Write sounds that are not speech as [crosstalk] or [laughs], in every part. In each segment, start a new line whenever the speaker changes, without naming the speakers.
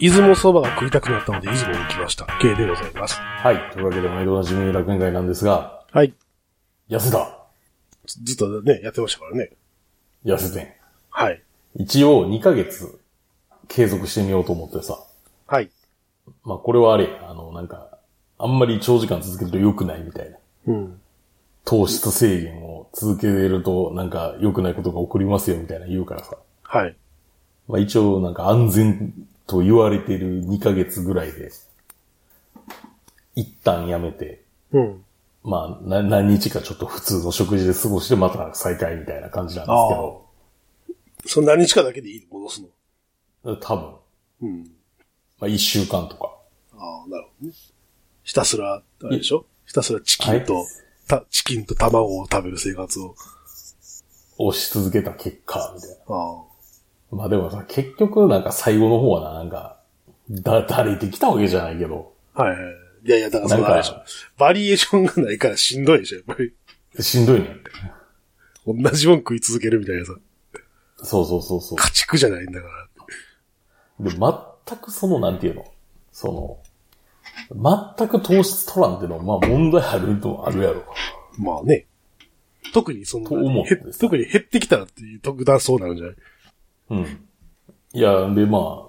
出雲そばが食いたくなったので、出雲に来ました。K でございます。
はい。というわけで、毎度おなじみ楽園会なんですが、
はい。
安田。
ずずっとね、やってましたからね。
安田。
はい。
一応2ヶ月継続してみようと思ってさ。
はい。
まあこれはあれ、あの、なんか、あんまり長時間続けると良くないみたいな。
うん。
糖質制限を続けるとなんか良くないことが起こりますよみたいな言うからさ。
はい。
まあ一応なんか安全と言われてる2ヶ月ぐらいで、一旦やめて、
うん。
まあな何日かちょっと普通の食事で過ごしてまた再開みたいな感じなんですけど、
その何日かだけでいいの戻すの。
多分、
うん。
まあ一週間とか。
ああ、なるほどね。ひたすら、あれでしょひたすらチキンと、
はい
た、チキンと卵を食べる生活を。
押し続けた結果、みたいな。
あ
まあでもさ、結局なんか最後の方はな、なんか、だ、だれてきたわけじゃないけど、
あ。はいはい。いやいや、だからそのあれでし
なん
ょ。バリエーションがないからしんどいでしょ、やっぱり。
しんどいねって。
同じもん食い続けるみたいなさ。
そうそうそうそ
家畜じゃないんだから。
う。で、全くその、なんていうのその、全く糖質取らんっていうのは、まあ問題あるとはあるやろ。
まあね。特にそんな
と思うんです
へ
ね
特に減ってきたらっていう特段そうなるんじゃない
うん。いや、でまあ、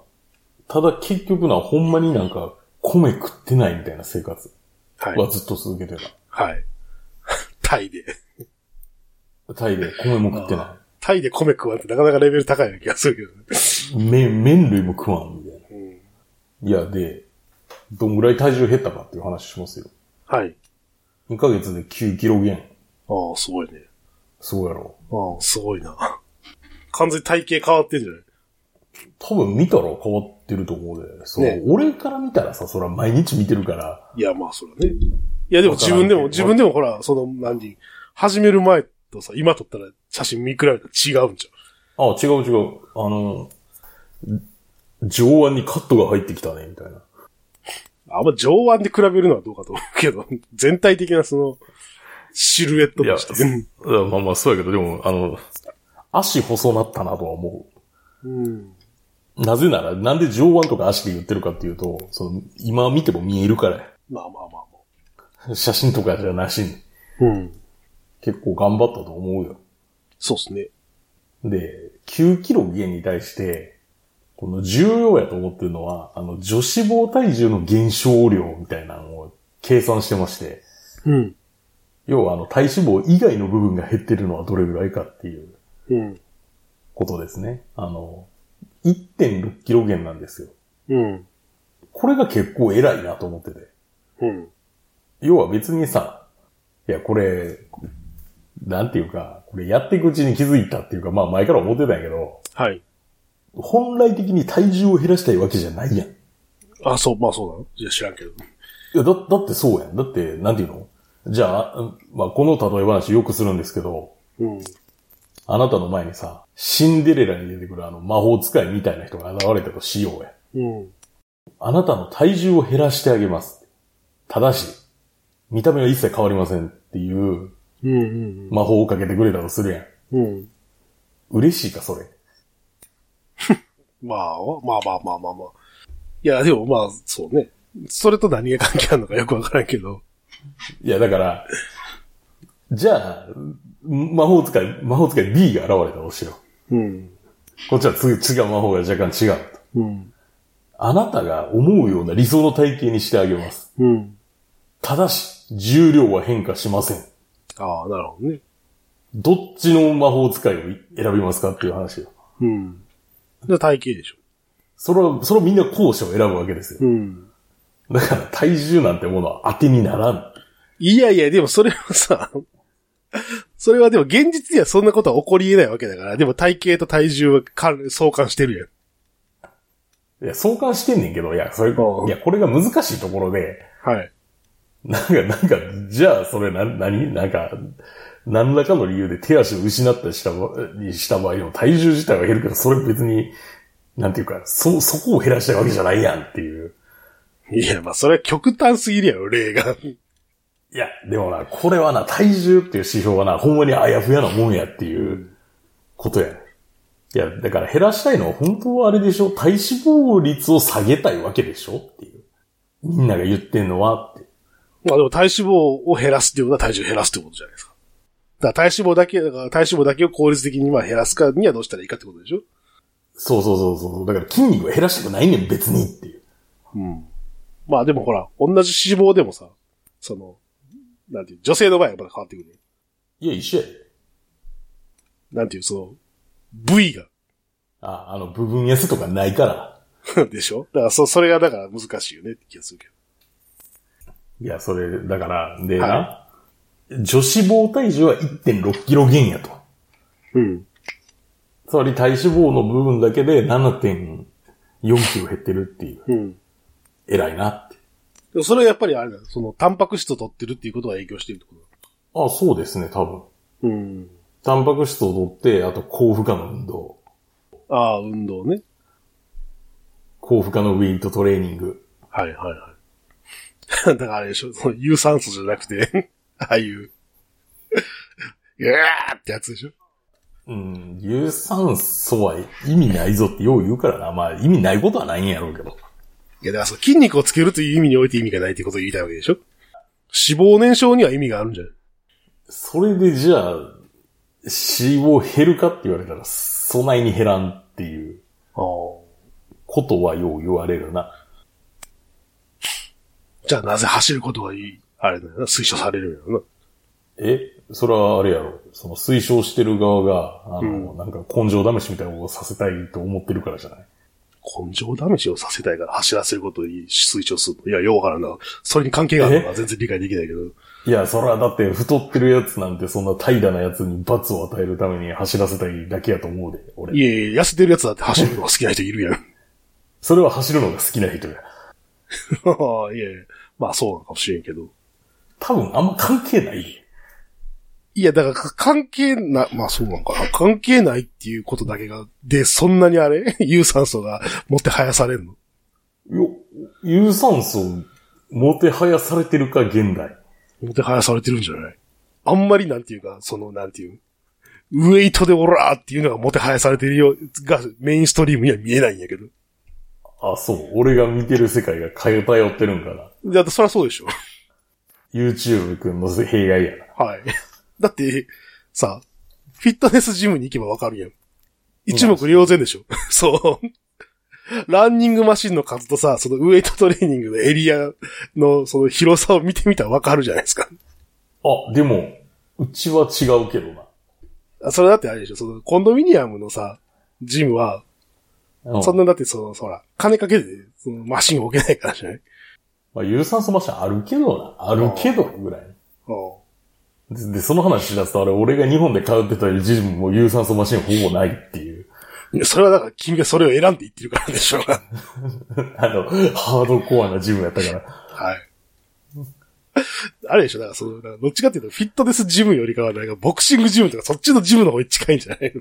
ただ結局な、ほんまになんか、米食ってないみたいな生活
は。
はいずっと続けてた。
はい。 [laughs] タイで。
タイで米も食ってな
タイで米食わんってなかなかレベル高いような気がするけどね。
い。麺、麺類も食わんみたいな。
うん
いや、で、どんぐらい体重減ったかっていう話しますよ。
はい。
2ヶ月で9キロ減。
ああ、すごいね。
すごいやろ。
ああ、すごいな。完全に体型変わってんじゃない
多分見たら変わってると思うで。そう、
ね
俺から見たらさ、それは毎日見てるから、
いや、まあ、そらね。いや、でも自分でも、
わからんけ
自
ど
分でもほら、その、何人、始める前とさ、今撮ったら写真見比べたら違うんじ
あ、違う違う。あの、上腕にカットが入ってきたね、みたいな。
ゃん。あんま上腕で比べるのはどうかと思うけど、全体的なその、シルエットとして。うん
まあまあ、そうやけど、でも、あの、足細なったなとは思う。
うん。
なぜなら、なんで上腕とか足で言ってるかっていうと、その、今見ても見えるからや。
まあまあまあまあ。
写真とかじゃなしに。
うん。
結構頑張ったと思うよ。
そうですね。
で、9キロ減に対して、この重要やと思ってるのは、あの、女子肪体重の減少量みたいなのを計算してまして、
うん。
要はあの、体脂肪以外の部分が減ってるのはどれぐらいかっていう
うん。
ことですね。あの、1.6キロ減なんですよ。
うん。
これが結構偉いなと思ってて。
うん。
要は別にさ、いや、これ、なんていうか、これやっていくうちに気づいたっていうか、まあ前から思ってたんやけど、
はい。
本来的に体重を減らしたいわけじゃないやん。
あ、そう、まあそうなのいや、知らんけど。
いや、だ、だってそうやん。だって、なんていうのじゃあ、うんまあ、この例え話よくするんですけど、
うん。
あなたの前にさ、シンデレラに出てくるあの魔法使いみたいな人が現れたとしようや。
うん。
あなたの体重を減らしてあげます。ただし、見た目は一切変わりませんっていう
うん。うん。
魔法をかけてくれたとするやん。
うん。
嬉しいか、それ。
まあ、まあまあまあまあまあ。いや、でもまあ、そうね。それと何が関係あるのかよくわからんけど。
いや、だから、じゃあ、魔法使い、魔法使い B が現れたとしよう。
うん。
こっちはつ違う魔法が若干違うと。
うん。
あなたが思うような理想の体型にしてあげます。
うん。
ただし、重量は変化しません。
ああ、なるほどね。
どっちの魔法使いを選びますかっていう話よ。
うん。で、体型でしょ。
それは、それはみんな後者を選ぶわけですよ。
うん。
だから体重なんてものは当てにならん。
いやいや、でもそれはさ、それはでも現実にはそんなことは起こり得ないわけだから、でも体型と体重は関相関してるやん。
いや、相関してんねんけど、いや、それ、い
うん
や、これが難しいところで、
はい。
なんか、なんか、じゃあ、それ、な、なになんか、何らかの理由で手足を失ったりした場、にした場合でも体重自体は減るけど、それ別に、なんていうか、そ、そこを減らしたいわけじゃないやんっていう。
いや、まあ、それは極端すぎるやろ、例 [laughs] が。
いや、でもな、これはな、体重っていう指標はな、ほんまにあやふやなもんやっていうことやね。いや、だから減らしたいのは本当はあれでしょ体脂肪率を下げたいわけでしょっていう。みんなが言ってんのはって。
まあでも体脂肪を減らすっていうことは体重を減らすってことじゃないですか。だから体脂肪だけ、だから体脂肪だけを効率的にまあ減らすかにはどうしたらいいかってことでしょ
そうそうそうそう。だから筋肉は減らしたくないねん、別にっていう。
うん。まあでもほら、同じ脂肪でもさ、その、なんていう、女性の場合はまだ変わってくるよ。
いや、一緒やで。
なんていう、その、部位が、 [laughs]
あ、あの、部分痩せとかないから。
でしょだから、そ、それがだから難しいよねって気がするけど。
いや、それ、だから、でな、
は
女子肪体重は1.6キロ減やと。
うん。
つまり体脂肪の部分だけで7.4キロ減ってるっていう。
うん。
偉いなって。
でもそれはやっぱりあれだ、その、タンパク質を取ってるっていうことが影響してるってこ
あ、そうですね、多分。
とうん。
タンパク質を取って、あと高負荷の運動。
ああ、運動ね。
高負荷のウェイトトレーニング。
はいはいはい。だ [laughs] からあれでしょ、その、有酸素じゃなくて、 [laughs] ああいう、うわーってやつでしょ
うん、有酸素は意味ないぞってよう言うからな。まあ意味ないことはないんやろうけど。
いや、だからその筋肉をつけるという意味において意味がないということを言いたいわけでしょ脂肪燃焼には意味があるんじゃない
それでじゃあ、脂肪減るかって言われたら、そないに減らんっていう
ああ。
ことはよう言われるな。
じゃあなぜ走ることがいいあれだよな、推奨されるんやろ
えそれはあれやろ。その推奨してる側が、あの、
う
なんか根性試しみたいなことをさせたいと思ってるからじゃない。
な。根性試しをさせたいから走らせることをいい推奨すると。いや、ようわからんな。それに関係があるのは全然理解できないけど。
いや、それはだって太ってるやつなんてそんな平らなやつに罰を与えるために走らせたいだけやと思うで、俺。
いやいや、痩せてるやつだって走るのが好きな人いるやん。 [laughs]
それは走るのが好きな人や。
いやいや、まあそうなのかもしれんけど。
多分あんま関係ないで。
いや、だから関係な、まあそうなのかな。関係ないっていうことだけが、で、そんなにあれ [laughs] 有酸素が持って生やされるの
よ、有酸素、もてはやされてるか、現代。
もてはやされてるんじゃないあんまりなんていうか、その、なんていう、ウェイトでオラーっていうのがもてはやされてるよ、がメインストリームには見えないんやけど。
あ、そう。俺が見てる世界が偏ってるんかな。
だってそりゃそうでしょ。
YouTube 君の弊害やな。
はい。 [laughs] だって、さ、フィットネスジムに行けばわかるやん。一目瞭然でしょ。 [laughs] そう。ランニングマシンの数とさ、そのウェイトトレーニングのエリアのその広さを見てみたらわかるじゃないですか。 [laughs]
あ、でも、うちは違うけど
あそれだってあれでしょ、そのコンドミニアムのさ、ジムは、
な。うん、
そんなだってその、そら、金かけて、そのマシンを置けないからじゃない
まあ、有酸素マシンあるけどな。あるけど、ぐらい。で、でその話し出すと、あれ、俺が日本で通ってたジムも有酸素マシンほぼないっていう。 [laughs]
いやそれはだから君がそれを選んでいってるからでしょうが。
あの、ハードコアなジムやったから。
はい。あれでしょ、だからその、だからどっちかっていうと、フィットネスジムよりかは、なんかボクシングジムとかそっちのジムの方に近いんじゃない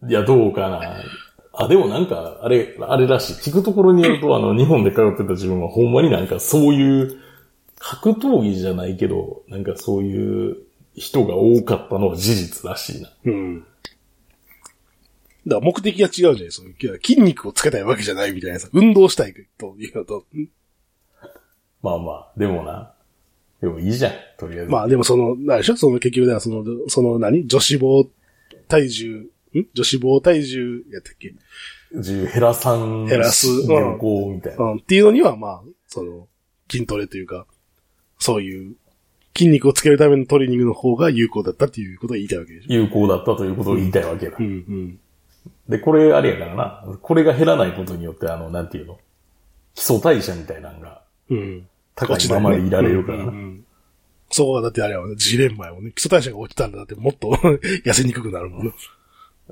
の
いや、どうかな。あ、でもなんか、あれ、あれらしい。聞くところによると、あの、日本で通ってた自分はほんまになんかそういう、格闘技じゃないけど、なんかそういう人が多かったのは事実らしいな。
うん。だから目的が違うじゃないですか。筋肉をつけたいわけじゃないみたいなさ、運動したいというのと。
まあまあ、でもな。でもいいじゃん、とりあえず。
まあでもその、なんでしょその結局だからその、その何女子肪体重、ん女子肪体重やったっけ
自由減らさん。
減らすうん
旅行みたいな。
うん、っていうのには、まあ、その、筋トレというか、そういう、筋肉をつけるためのトレーニングの方が有効だったっていうことを言いたいわけでしょ。
有効だったということを言いたいわけだ。
うんうん。
で、これあれやからな。これが減らないことによって、あの、なんていうの基礎代謝みたいなのが
うん。
高いままでいられるから
うんう。
なん
うんそこがだってあれは、ジレンマやもんね。基礎代謝が落ちたらだってもっと [laughs] 痩せにくくなるもんね。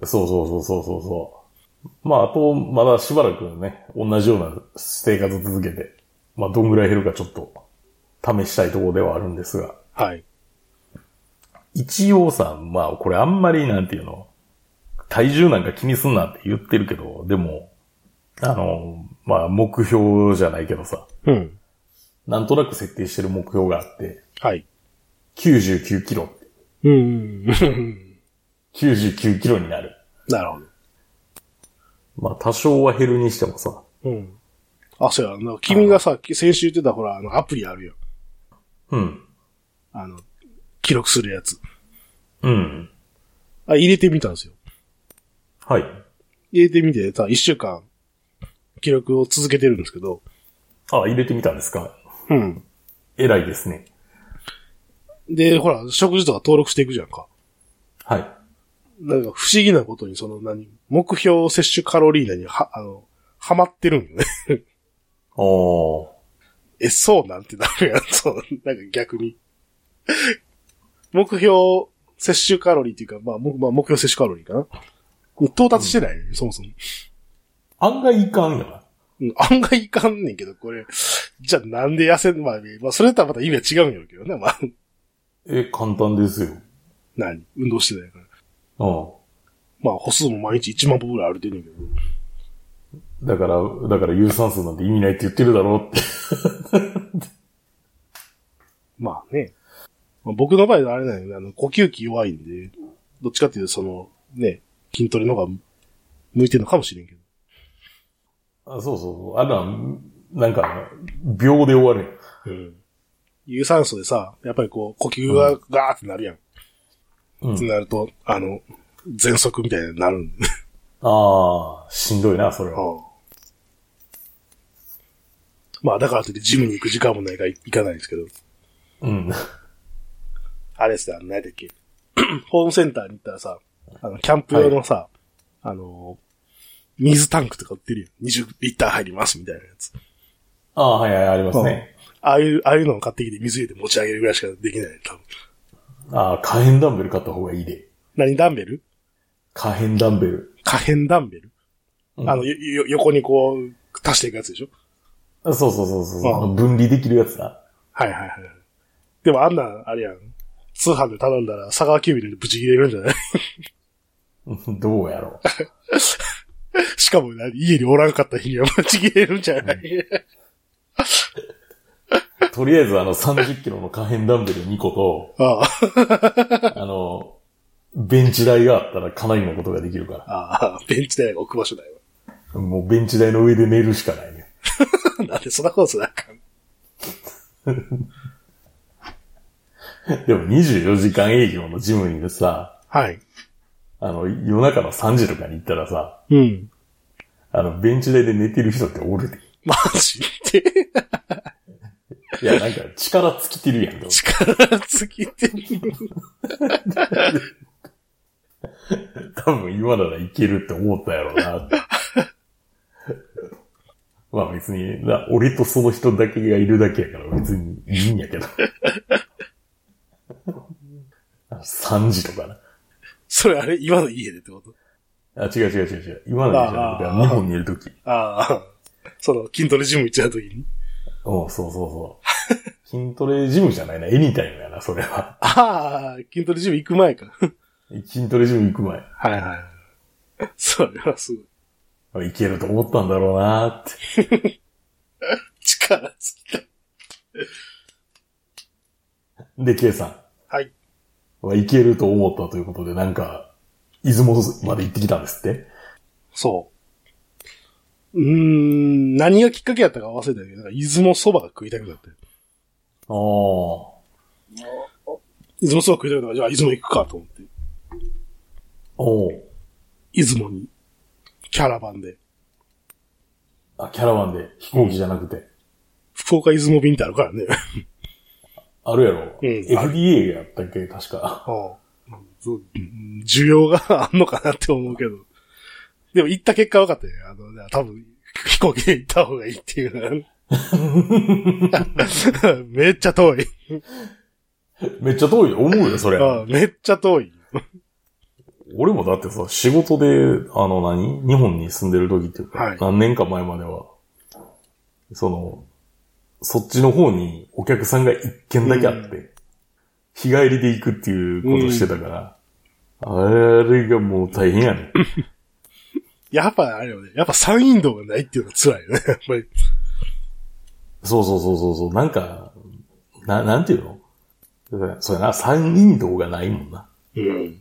そうそうそうそうそうそう。まあ、あと、まだしばらくね、同じような生活を続けて、まあ、どんぐらい減るかちょっと、試したいところではあるんですが、
はい。
一応さ、まあ、これあんまり、なんていうの、体重なんか気にすんなって言ってるけど、でも、あの、まあ、目標じゃないけどさ、
うん。
なんとなく設定してる目標があって、
はい。
99キロ、
うん。 [laughs]
99キロになる。
なるほど。
まあ、多少は減るにしてもさ。
うん。あ、そうや、な君がさ、先週言ってたほら、あの、アプリあるよ。
うん。
あの、記録するやつ。
うん。
あ、入れてみたんですよ。
はい。
入れてみて、さ、一週間、記録を続けてるんですけど、
あ、入れてみたんですか。
うん。
偉いですね。
で、ほら、食事とか登録していくじゃんか。
はい。
なんか不思議なことに、その何、目標摂取カロリー内には、あの、ハマってるんよね。 [laughs]
おー。
え、そうなんてなるやん。 [laughs] そう、なんか逆に。目標摂取カロリーっていうか、まあ、もまあ、目標摂取カロリーかな。に到達してない、そもそも。
案外いかんよな。
うん案外いかんねんけど、これ。じゃあなんで痩せん、まあ、まあ、それとはまた意味は違うんやろうけどね。まあ、
え、簡単ですよ。
何運動してないから。
う
まあ、歩数も毎日1万歩ぐらい歩いてるんやけ
ん。だ
ど。
から、だから有酸素なんて意味ないって言ってるだろうって。
まあね。まあ、僕の場合はあれだよね、あの、呼吸器弱いんで、どっちかっていうとその、ね、筋トレの方が向いてるのかもしれんけど。
あそうそうそう。あれは、なんか、秒で終わるよ。
うん。有酸素でさ、やっぱりこう、呼吸がガーってなるやん。
うん
ってなると、あの、喘息みたいになるん [laughs] で。
ああ、しんどいな、それは。
まあ、だからといってジムに行く時間もないから行かないんですけど。
うん。
あれですね、あの、何だっけ。 [clears throat] ホームセンターに行ったらさ、あの、キャンプ用のさ、あの、水タンクとか売ってるよ。20リッター入りますみたいなやつ。
ああ、はいはい、ありますね。
ああいう、ああいうのを買ってきて水入れて持ち上げるぐらいしかできない。多分
ああ、可変ダンベル買った方がいいで。
何ダンベル
可変ダンベル。
可変ダンベル、
うん
あの、よ、よ、横にこう、足していくやつでしょ
あそうそうそうそう。
うん
あの分離できるやつな。
はいはいはい。でもあんな、あれやん。通販で頼んだら、佐川急便でブチ切れるんじゃない [laughs]
うんどうやろ
しかもな、家におらんかった日にはブチ切れるんじゃない、
う。とりあえず、あの、30キロの可変ダンベル2個
[laughs] ああ、
と、あの、ベンチ台があったらかなりのことができるか
ああ、ベンチ台が置く場所だよ。
ら。もうベンチ台の上で寝るしかないね。 [laughs]
なんでそんなことすなあかん。
でも24時間営業のジムにいるさ、
はい。
あの、夜中の3時とかに行ったらさ、
うん。
あの、ベンチ台で寝てる人っておるで。
マジで [laughs]
いや、なんか力尽きてるやんか。
力尽きてる。
[laughs] 多分今ならいけるって思ったやろうな [laughs] って。まあ別にな、俺とその人だけがいるだけやから別にいいんやけど。3時とかな。
それあれ、今の家でってこと
あ、違う違う違う違う。今の家じゃなくて、
ああ
日本にいるとき。
ああ、その、筋トレジム行っちゃうときに。
うん、そうそ
[laughs]
うそう。筋トレジムじゃないな。エニタイムやな、それは。
ああ、筋トレジム行く前か。
筋トレジム行く前
はいはい。それはすごい。
あ。いけると思ったんだろうなって。
力尽きた。
で、K さん。
はい。
は行けると思ったということで、なんか、出雲まで行ってきたんですって
そう。うーん、何がきっかけやったか忘れたけど、なんか、出雲そばが食いたくなって。
ああ。
出雲そば食いたくなって、じゃあ出雲行くかと思って。
おう
出雲に、キャラバンで、
あ、キャラバンで、飛行機じゃなくて。
福岡出雲便ってあるからね。
あるやろ。
うん
FDA やったっけ確か。 [laughs]
ああそううん需要があんのかなって思うけど。でも行った結果分かったよ。あの、じゃあ多分、飛行機で行った方がいいっていう。 [laughs] めっちゃ遠い。
めっちゃ遠い。思うよ、それ。
ああめっちゃ遠い。
俺もだってさ、仕事で、あの何、日本に住んでる時っていうか、
はい
何年か前までは、その、そっちの方にお客さんが一軒だけあって、日帰りで行くっていうことしてたから、あれがもう大変や
[laughs]
ね。
やっぱあれよね。やっぱ山陰道がないっていうのが辛いよね。やっぱり。
そうそうそうそうそう、なんか、な、なんていうのだからそうやな、三人道がないもんな。
うん。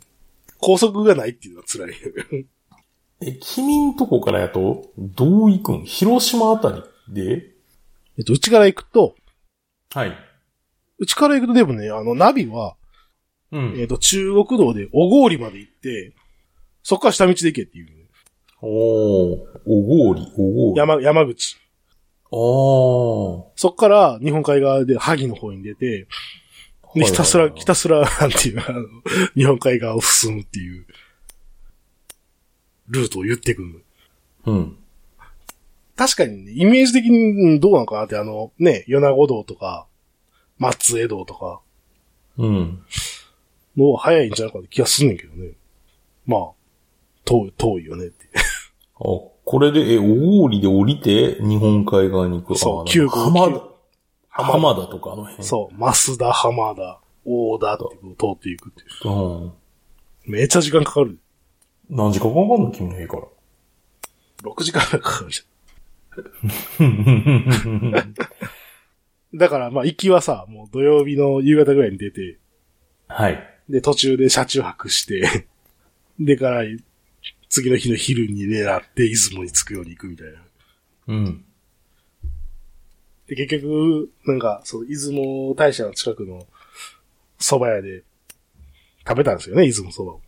高速がないっていうのは辛いよね。
え、君んとこからやと、どう行くん広島あたりで
えっと、うちから行くと、
はい。
うちから行くとでもね、あの、ナビは、
う
え
ん。
っと、中国道で小郡まで行って、そこから下道で行けっていう、
おー、おごり、おごり。
山、山口。
お
そこから日本海側で萩の方に出て、
はいはい
で、
はい
ひたすら、ひたすら、 [laughs] なんていう、あの、日本海側を進むっていう、ルートを言ってくる。
ー。うん。
確かにね、イメージ的にどうなのかなって、あの、ね、米子道とか、松江道とか、
うん。
の方が早いんじゃないかって気がすんねんけどね。まあ、遠い、遠いよねって。
あ、これで、え、おごりで降りて、日本海側に行く。
そう
あ
九号
浜
九
田。浜田とかあの辺。。
そう、増田、浜田、大田ってこう通っていくっていう
うん。
う。めっちゃ時間かかる。
何時間かかんの君の家から。 [laughs]
6時間かかるじ
うん
ゃん。だから、まあ、行きはさ、もう土曜日の夕方ぐらいに出て、
はい。
で、途中で車中泊して、 [laughs] でから、次の日の昼に狙って、出雲に着くように行くみたいな。
うん。
で、結局、なんか、その、出雲大社の近くの蕎麦屋で食べたんですよね、出雲蕎麦を。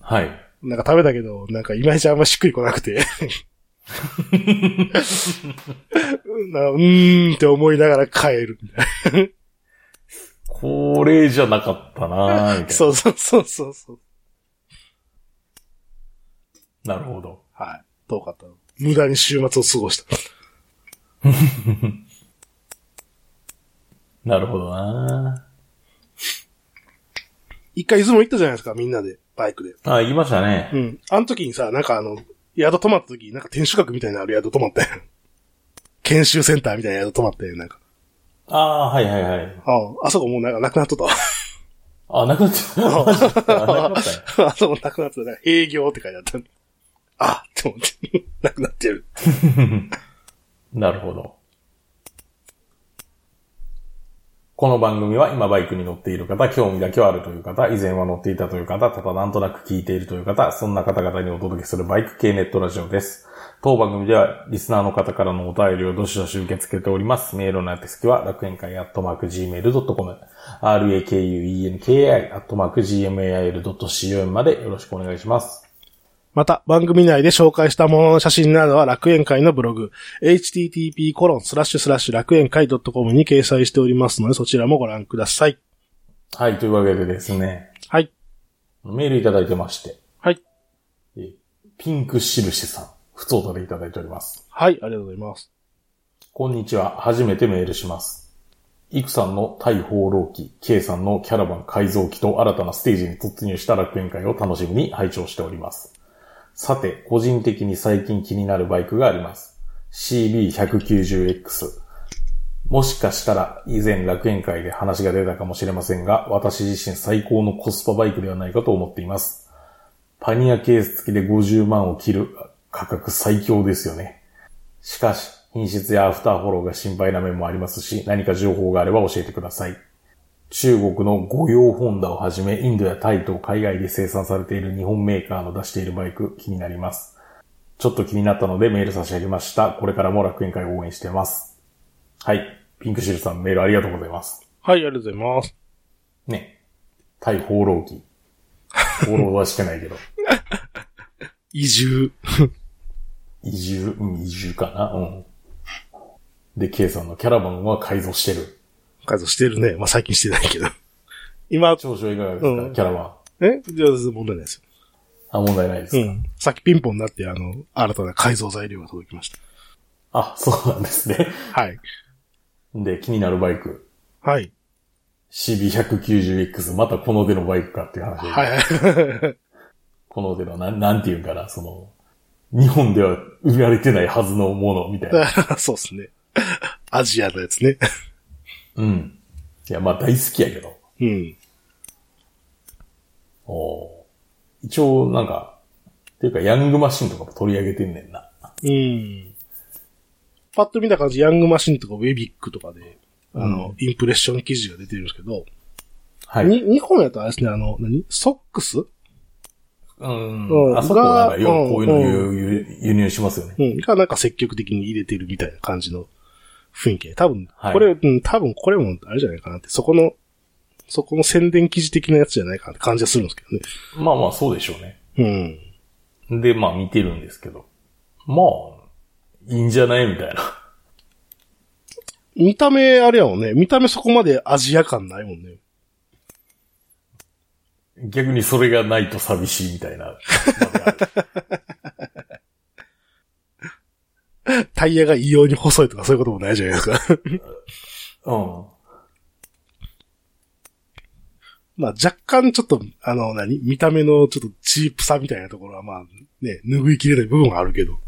はい。
なんか食べたけど、なんかいまいちあんましっくりこなくて。 [laughs] なうーんって思いながら帰るみたい
これじゃなかったなぁ、みたい
な。そうそうそうそうそう。
な。なるほど。
はい。遠かった。無駄に週末を過ごした。
なるほどな
一回出雲行ったじゃないですか、みんなで、バイクで。
ぁ。あ、言いました
う
ね。
ん。あの時にさ、なんかあの、宿泊まった時に、なんか天守閣みたいなのある宿泊まったやん。 [laughs] 研修センターみたいな宿泊まったやん、なんか。
あーはいはいはい。
ああ、あそこもうなんかなくなっとったわ。 [laughs]
あ、なくなっちゃった。マジかあなくなったね
あそこなくなってた。なんか営業って書いてあった。あ、って思って。 [laughs] なくなってる。
なるほど。この番組は今バイクに乗っている方、興味だけはあるという方、以前は乗っていたという方、ただなんとなく聞いているという方、そんな方々にお届けするバイク系ネットラジオです。当番組ではリスナーの方からのお便りをどしどし受け付けております。メールの宛先は楽園会アットマーク gmail.com、rakuenki アットマーク gmail.com までよろしくお願いします。
また、番組内で紹介したものの写真などは楽園会のブログ、http コロンスラッシュスラッシュ楽園会 .com に掲載しておりますので、そちらもご覧ください。
はい、というわけでですね、
はい。
メールいただいてまして、
はい。
えピンク印さん、普通おでいただいております。
はい、ありがとうございます。
こんにちは、初めてメールします。イクさんの大放浪記、K さんのキャラバン改造記と新たなステージに突入した楽園会を楽しみに拝聴しております。さて、個人的に最近気になるバイクがあります。CB190X。もしかしたら以前楽園会で話が出たかもしれませんが、私自身最高のコスパバイクではないかと思っています。パニアケース付きで50万を切る価格最強ですよね。しかし、品質やアフターフォローが心配な面もありますし、何か情報があれば教えてください。中国の御用ホンダをはじめ、インドやタイと海外で生産されている日本メーカーの出しているバイク、気になります。ちょっと気になったのでメール差し上げました。これからも楽園会を応援しています。はい。ピンクシルさんメールありがとうございます。
はい、ありがとうございます。
ね。タイ放浪記。放浪はしてないけど。
移住。
移住、うん、移住かな。うん。で、K さんのキャラバンは改造してる。
改造してるね。まあ、最近してないけど。今、
長所いかがですか、
うん
キャラバン。
えじゃあ、問題ないです
あ、問題ないです。
よ。うん。さっきピンポンになって、あの、新たな改造材料が届きました。
あ、そうなんですね。
はい。
で、気になるバイク。
はい。
CB190X、またこの手のバイクかっていう話。
はい [laughs] はい。
この手の、なん、なんていうんかな、その、日本では売られてないはずのものみたいな。
そうですね。アジアのやつね。
うん。いや、まあ大好きやけど。
うん。
おー一応、なんか、っていうか、ヤングマシンとかも取り上げてんねんな。
うん。パッと見た感じ、ヤングマシンとかウェビックとかで、あの、
うん
インプレッション記事が出てるんですけど、
はい。
に、日本やとあれですね、あの、何ソックスうん
うん。あそこはなんか、よ
が
くこういうの
う
輸輸輸入しますよね。
うん。がなんか積極的に入れてるみたいな感じの雰囲気で。多分
は、い
これ、うん、多分これもあれじゃないかなって、そこの、そこの宣伝記事的なやつじゃないかなって感じがするんですけ
まあまあ、そうでしょうね。
どね。
で、まあ見てるんですけど。まあ、いいんじゃないみたいな。
うん。見た目、あれやもんね。見た目そこまでアジア感ないもんね。
逆にそれがないと寂しいみたい [laughs] な。
タイヤが異様に細いとかそういうこともないじゃないですか。 [laughs]
うん。
まあ若干ちょっと、あの、何見た目のちょっとチープさみたいなところはまあ、ね、拭いきれない部分はあるけど。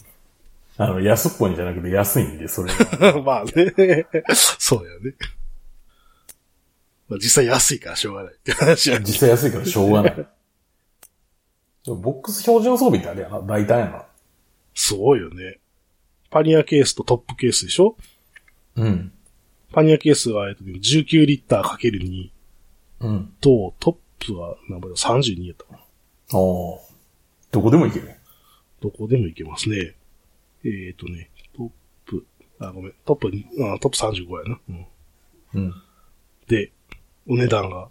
[laughs]
あの、安っぽいんじゃなくて安いんで、それが。
まあね。 [laughs] そうやね。まあ実際安いからしょうがないって話やね。
実際安いからしょうがない。でもボックス標準装備ってあれやな、大胆や
すごいよね。パニアケースとトップケースでしょ
な。うん。
パニアケースは、えっと、19リッターかける2
うん。
と、トップは何倍だ ?32 やったかな。
ああ。どこでもいけるね。
どこでもいけますね。えっ、とね、トップ、あ、ごめん、トップに、あトップ35やな。うん
うん。
で、お値段が、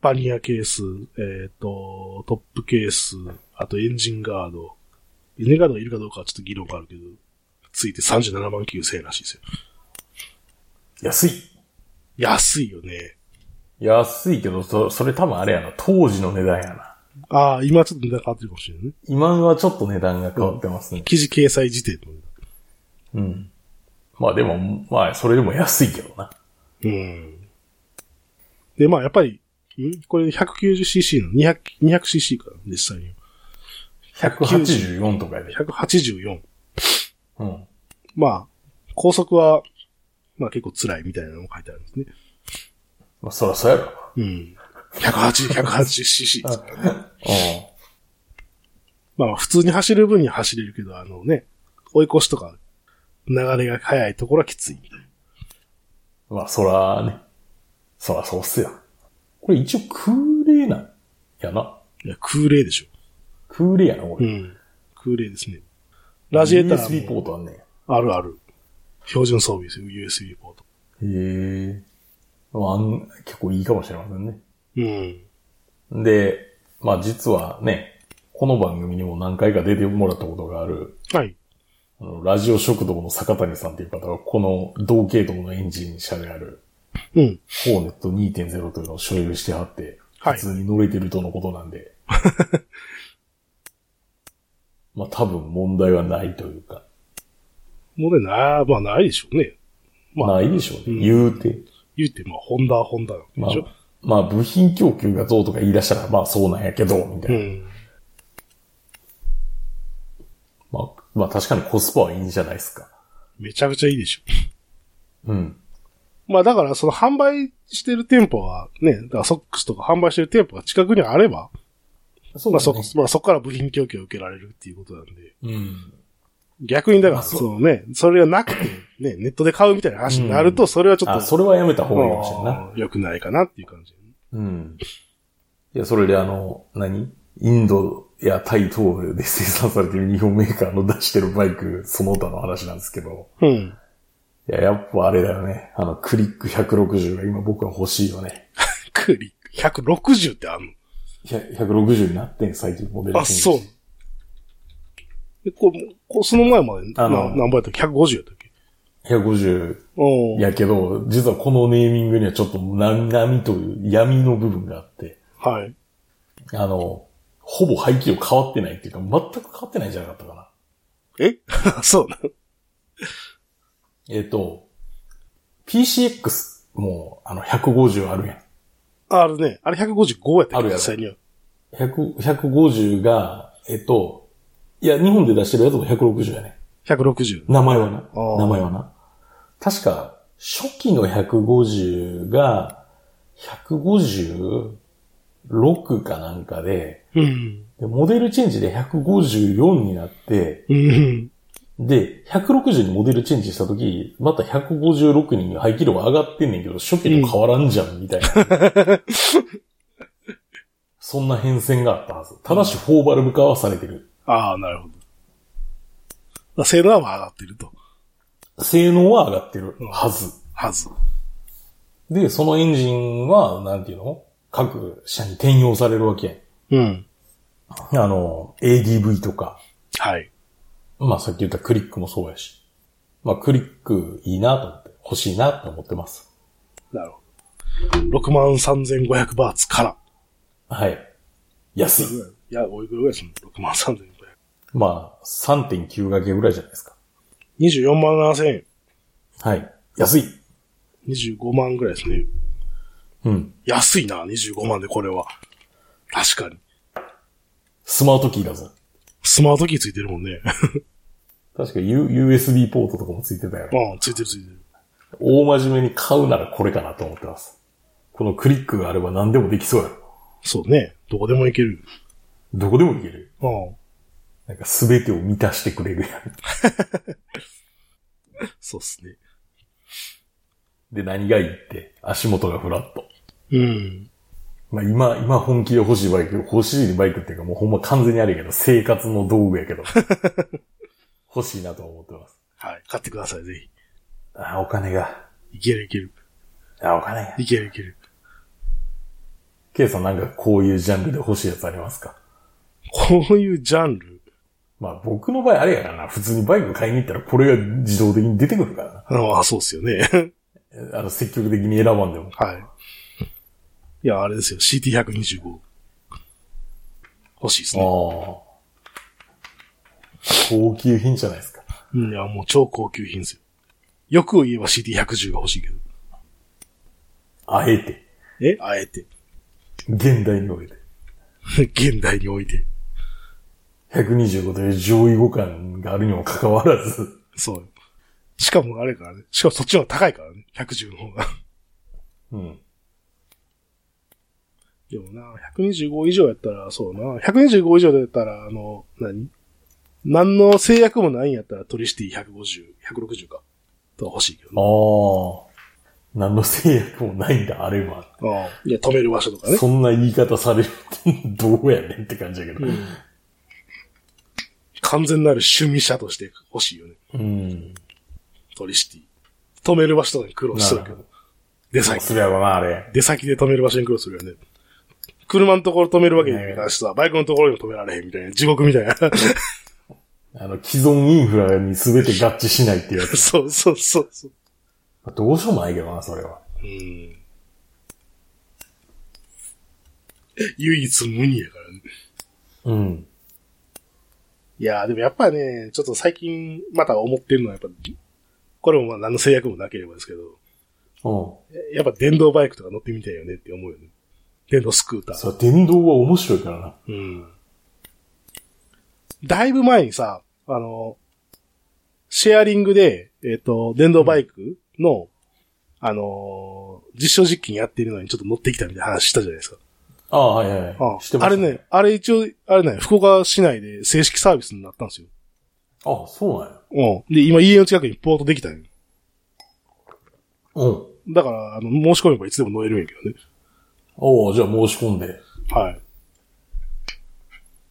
パニアケース、えっ、と、トップケース、あとエンジンガード。エンジンガードがいるかどうかはちょっと議論があるけど、ついて37万9000円らしいですよ。
安い。
安いよね。
安いけど、そそれ多分あれやな、当時の値段やな。
ああ、今ちょっと値段変わってるかもしれないね。
今はちょっと値段が変わってますね。
記事掲載時点の。
うん。まあでも、まあ、それでも安いけどな。
うん。で、まあ、やっぱり、んこれ 190cc の200、200cc から、実際に。
184とかやで。
184。
うん。
まあ、高速は、まあ結構辛いみたいなのも書いてあるんですね。
まあ、そらそうやろ。
うん。180、180cc。
う
まあまあ普通に走る分には走れるけど、あのね、追い越しとか、流れが速いところはきついみたいな。
ん。まあ、そらね。そらそうっすよ。これ一応空冷なんやな。
いや、空冷でしょ。
空冷やな、
う
俺。
ん。空冷ですね。ラジエーター
USB ポ
も
ートあんね
あるある。標準装備ですよ、USB ポート。
ん。へえ。まああん、結構いいかもしれませんね。
うん。
で、まあ実はね、この番組にも何回か出てもらったことがある、
はい。
あのラジオ食堂の坂谷さんっていう方が、この同系統のエンジン車である、
うん。
ホーネット2.0というのを所有してはって、
はい
普通に乗れてるとのことなん
[laughs]
で。まあ多分問題はないというか、
もうね、な、まあないでしょうね。まあ、
ないでしょうね。
うん
言うて。
言うて、まあ、ホンダはホンダなんで
まあ
しょ。、
まあ部品供給がどうとか言い出したら、まあそうなんやけど、みたい
う
な。
ん。
まあ、まあ確かにコスパはいいんじゃないですか。
めちゃくちゃいいでしょ。
うん。
まあだから、その販売してる店舗はね、だからソックスとか販売してる店舗が近くにあれば、
そう
まあ
だ
そ
ね
こ、まあそこから部品供給を受けられるっていうことなんで、
うん。
逆にだか
ま
ら、
あそ
そうのね、それがなくて、ね、ネットで買うみたいな話になると、それはちょっ
あ、
と、
それはやめた方がいいかもしれんな。
うん良くないかなっていう感じ。
うん。いや、それであの、何インドやタイ東部で生産されている日本メーカーの出してるバイク、その他の話なんですけど。
うん。
いや、やっぱあれだよね。あの、クリック160が今僕は欲しいよね。
クリック、160ってあんの
100 160になってん、最近モデル
あ、そう。で、こう、こうその前まで、
あ
あ
の
の、何倍やったっけ ?150 やったっけ
う。150。
おー
やけど、実はこのネーミングにはちょっと波々という闇の部分があって、
はい。
あの、ほぼ排気量変わってないっていうか、全く変わってないんじゃなかったかな。
え [laughs] そうなの
えっ、と、PCX もうあの150あるやん。
あるね。あれ155やった
あ
っ
るやろ
け実際には。
100 150が、えっ、と、いや、日本で出してるやつも160やね。
160。
名前はな
あ。ー
名前はな。確か、初期の150が、156かなんかで
うん。
で、モデルチェンジで154になって、
うん。
で、160にモデルチェンジしたとき、また156人が排気量が上がってんねんけど、初期と変わらんじゃん、みたいな。そんな変遷があったはず。ただし、フォーバルブ化はされてる。
ああ、なるほど。だから性能はまあ上がってると。
性能は上がってるはず。
はず。
で、そのエンジンは、なんていうの各社に転用されるわけ
うん。
やん。あの、ADV とか、
はい。
まあさっき言ったクリックもそうやし。まあクリックいいなと思って、欲しいなと思ってます。
なるほど。63,500バーツから。
はい。安い。
いや、おいくらぐらいするの ?63,500。
まあ、3.9掛けぐらいじゃないですか。
24万7千円。
はい。安い。
25万ぐらいですね。
うん。
安いな、25万でこれは。確かに。
スマートキーだぞ。
スマートキーついてるもんね。
確か U USB ポートとかもついてたよね。
[laughs] うん、ついてるついてる。
大真面目に買うならこれかなと思ってます。このクリックがあれば何でもできそうやろ。
そうね。どこでもいける。
どこでもいける。
うん。
なんか全てを満たしてくれるやん。
そうっすね。
で、何がいいって、足元がフラット。
うん。
まあ今、今本気で欲しいバイク、欲しいバイクっていうかもうほんま完全にあれやけど、生活の道具やけど。欲しいなと思ってます。
はい。買ってください、ぜ
あ、お金が。
ひ。いけるいける。
あ、お金が。
いけるいける。
ケイさんなんかこういうジャンルで欲しいやつありますか
こういうジャンル。
まあ僕の場合あれやからな、普通にバイク買いに行ったらこれが自動的に出てくるからな
ああ、そうっすよね。。 [laughs]
えあの、積極的に選ばんでも。
はい。いや、あれですよ。CT125。欲しいですね。
ああ。高級品じゃないですか。
うん、いや、もう超高級品ですよ。欲を言えば CT110 が欲しいけど。
あえて。
えあえて。 [laughs]
現代において。
現代において。
125という上位互換があるにもかかわらず、
そうよ。しかもあれからね。しかもそっちの方が高いからね。110の方が。
うん。
[laughs] でもな、125以上やったら、そうな。125以上だったら、あの、何何の制約もないんやったら、トリシティ150、160か。とは欲しいけどね。
ああ。何の制約もないんだ、あれは。
ああ。いや、止める場所とかね。
そんな言い方されるって、どうやねんって感じやけど。
完全なる趣味者として欲しいよね。
うん。
トリシティ。止める場所とかに苦労し
なる
てるけ
ほ
ど
ど。。
出
そう
先。
すりゃな、あれ。
出先で止める場所に苦労するよね。車のところ止めるわけにもいかんしさ、バイクのところにも止められへんみたいな、地獄みたいな。 [laughs]
あの、既存インフラに全て合致しないっていうやつ。
そうそうそうそう。
どうしようもないけどな、それは。
うん。唯一無二やからね。
うん。
いやーでもやっぱね、ちょっと最近また思ってるのはやっぱ、これもまあ何の制約もなければですけど、
うん。
やっぱ電動バイクとか乗ってみたいよねって思うよね。電動スクーター。
そう、電動は面白いからな。
うん。だいぶ前にさ、あの、シェアリングで、えっ、と、電動バイクの、あのー実証実験やってるのにちょっと乗ってきたみたいな話したじゃないですか。
ああ、はいはいはい。
あ
してま
あ
す
れね。、あれ一応、あれね、福岡市内で正式サービスになったんですよ。
あ、そうなんや。
うん。で、今家の近くにポートできたんよ。
うん。
だから、あの、申し込めばいつでも乗れるんやけどね。
おうじゃあ申し込んで
はい。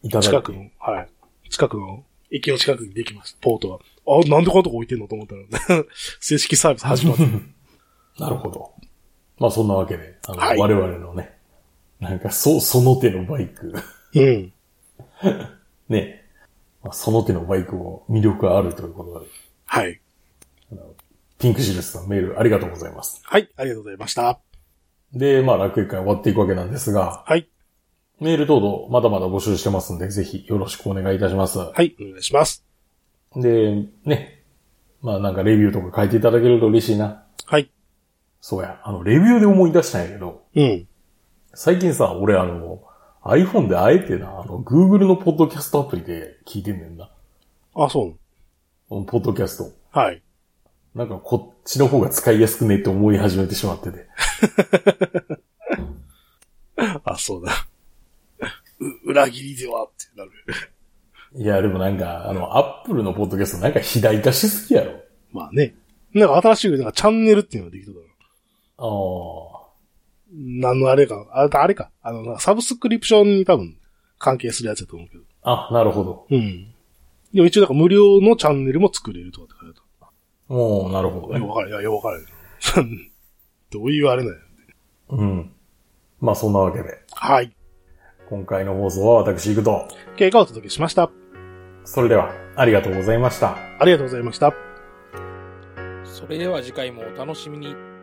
いただいて。
近くの、はい。近くの、駅の近くにできます、ポートは。あ、なんでこんなとこ置いてんのと思ったら、 [laughs] 正式サービス始まって。
なるほど。まあそんなわけで、あの、
はい
我々のね、なんかそ、その手のバイク、
[laughs]
[laughs]
うん。
ね、まあ、その手のバイクも魅力があるということで、
はい。
ピンクシルスさんメールありがとうございます。
はい、ありがとうございました。
で、まあ楽園会終わっていくわけなんですが、
はい。
メール等々まだまだ募集してますんで、ぜひよろしくお願いいたします。
はい、お願いします。
で、ね。まあなんかレビューとか書いていただけると嬉しいな。
はい。
そうや。あの、レビューで思い出したんやけど、
うん。
最近さ、俺あの、iPhone であえてな、あの、Google のポッドキャストアプリで聞いてんねんな。
あ、そう。
このポッドキャスト。
はい。
なんかこっちの方が使いやすくねって思い始めてしまってて。
あ、そうだ。 [laughs] う裏切りではってなる。
いや、でもなんか、あの、Apple のポッドキャストなんか肥大化しすぎやろ。
まあね。なんか新しい、なんかチャンネルっていうのができたか
あ
何のあれか、ああれか、あの、なんかサブスクリプションに多分関係するやつだと思うけど。
あ、なるほど。
うん。でも一応なんか無料のチャンネルも作れるとかって書いてあ
もう、なるほど
った。よ
ね。
くわからん。いや、よく [laughs] わからんけど。どういうあれなんや。
うん。まあ、そんなわけで、
はい。
今回の放送は私行くと。
経過をお届けしました。
それでは、ありがとうございました。
ありがとうございました。
それでは次回もお楽しみに。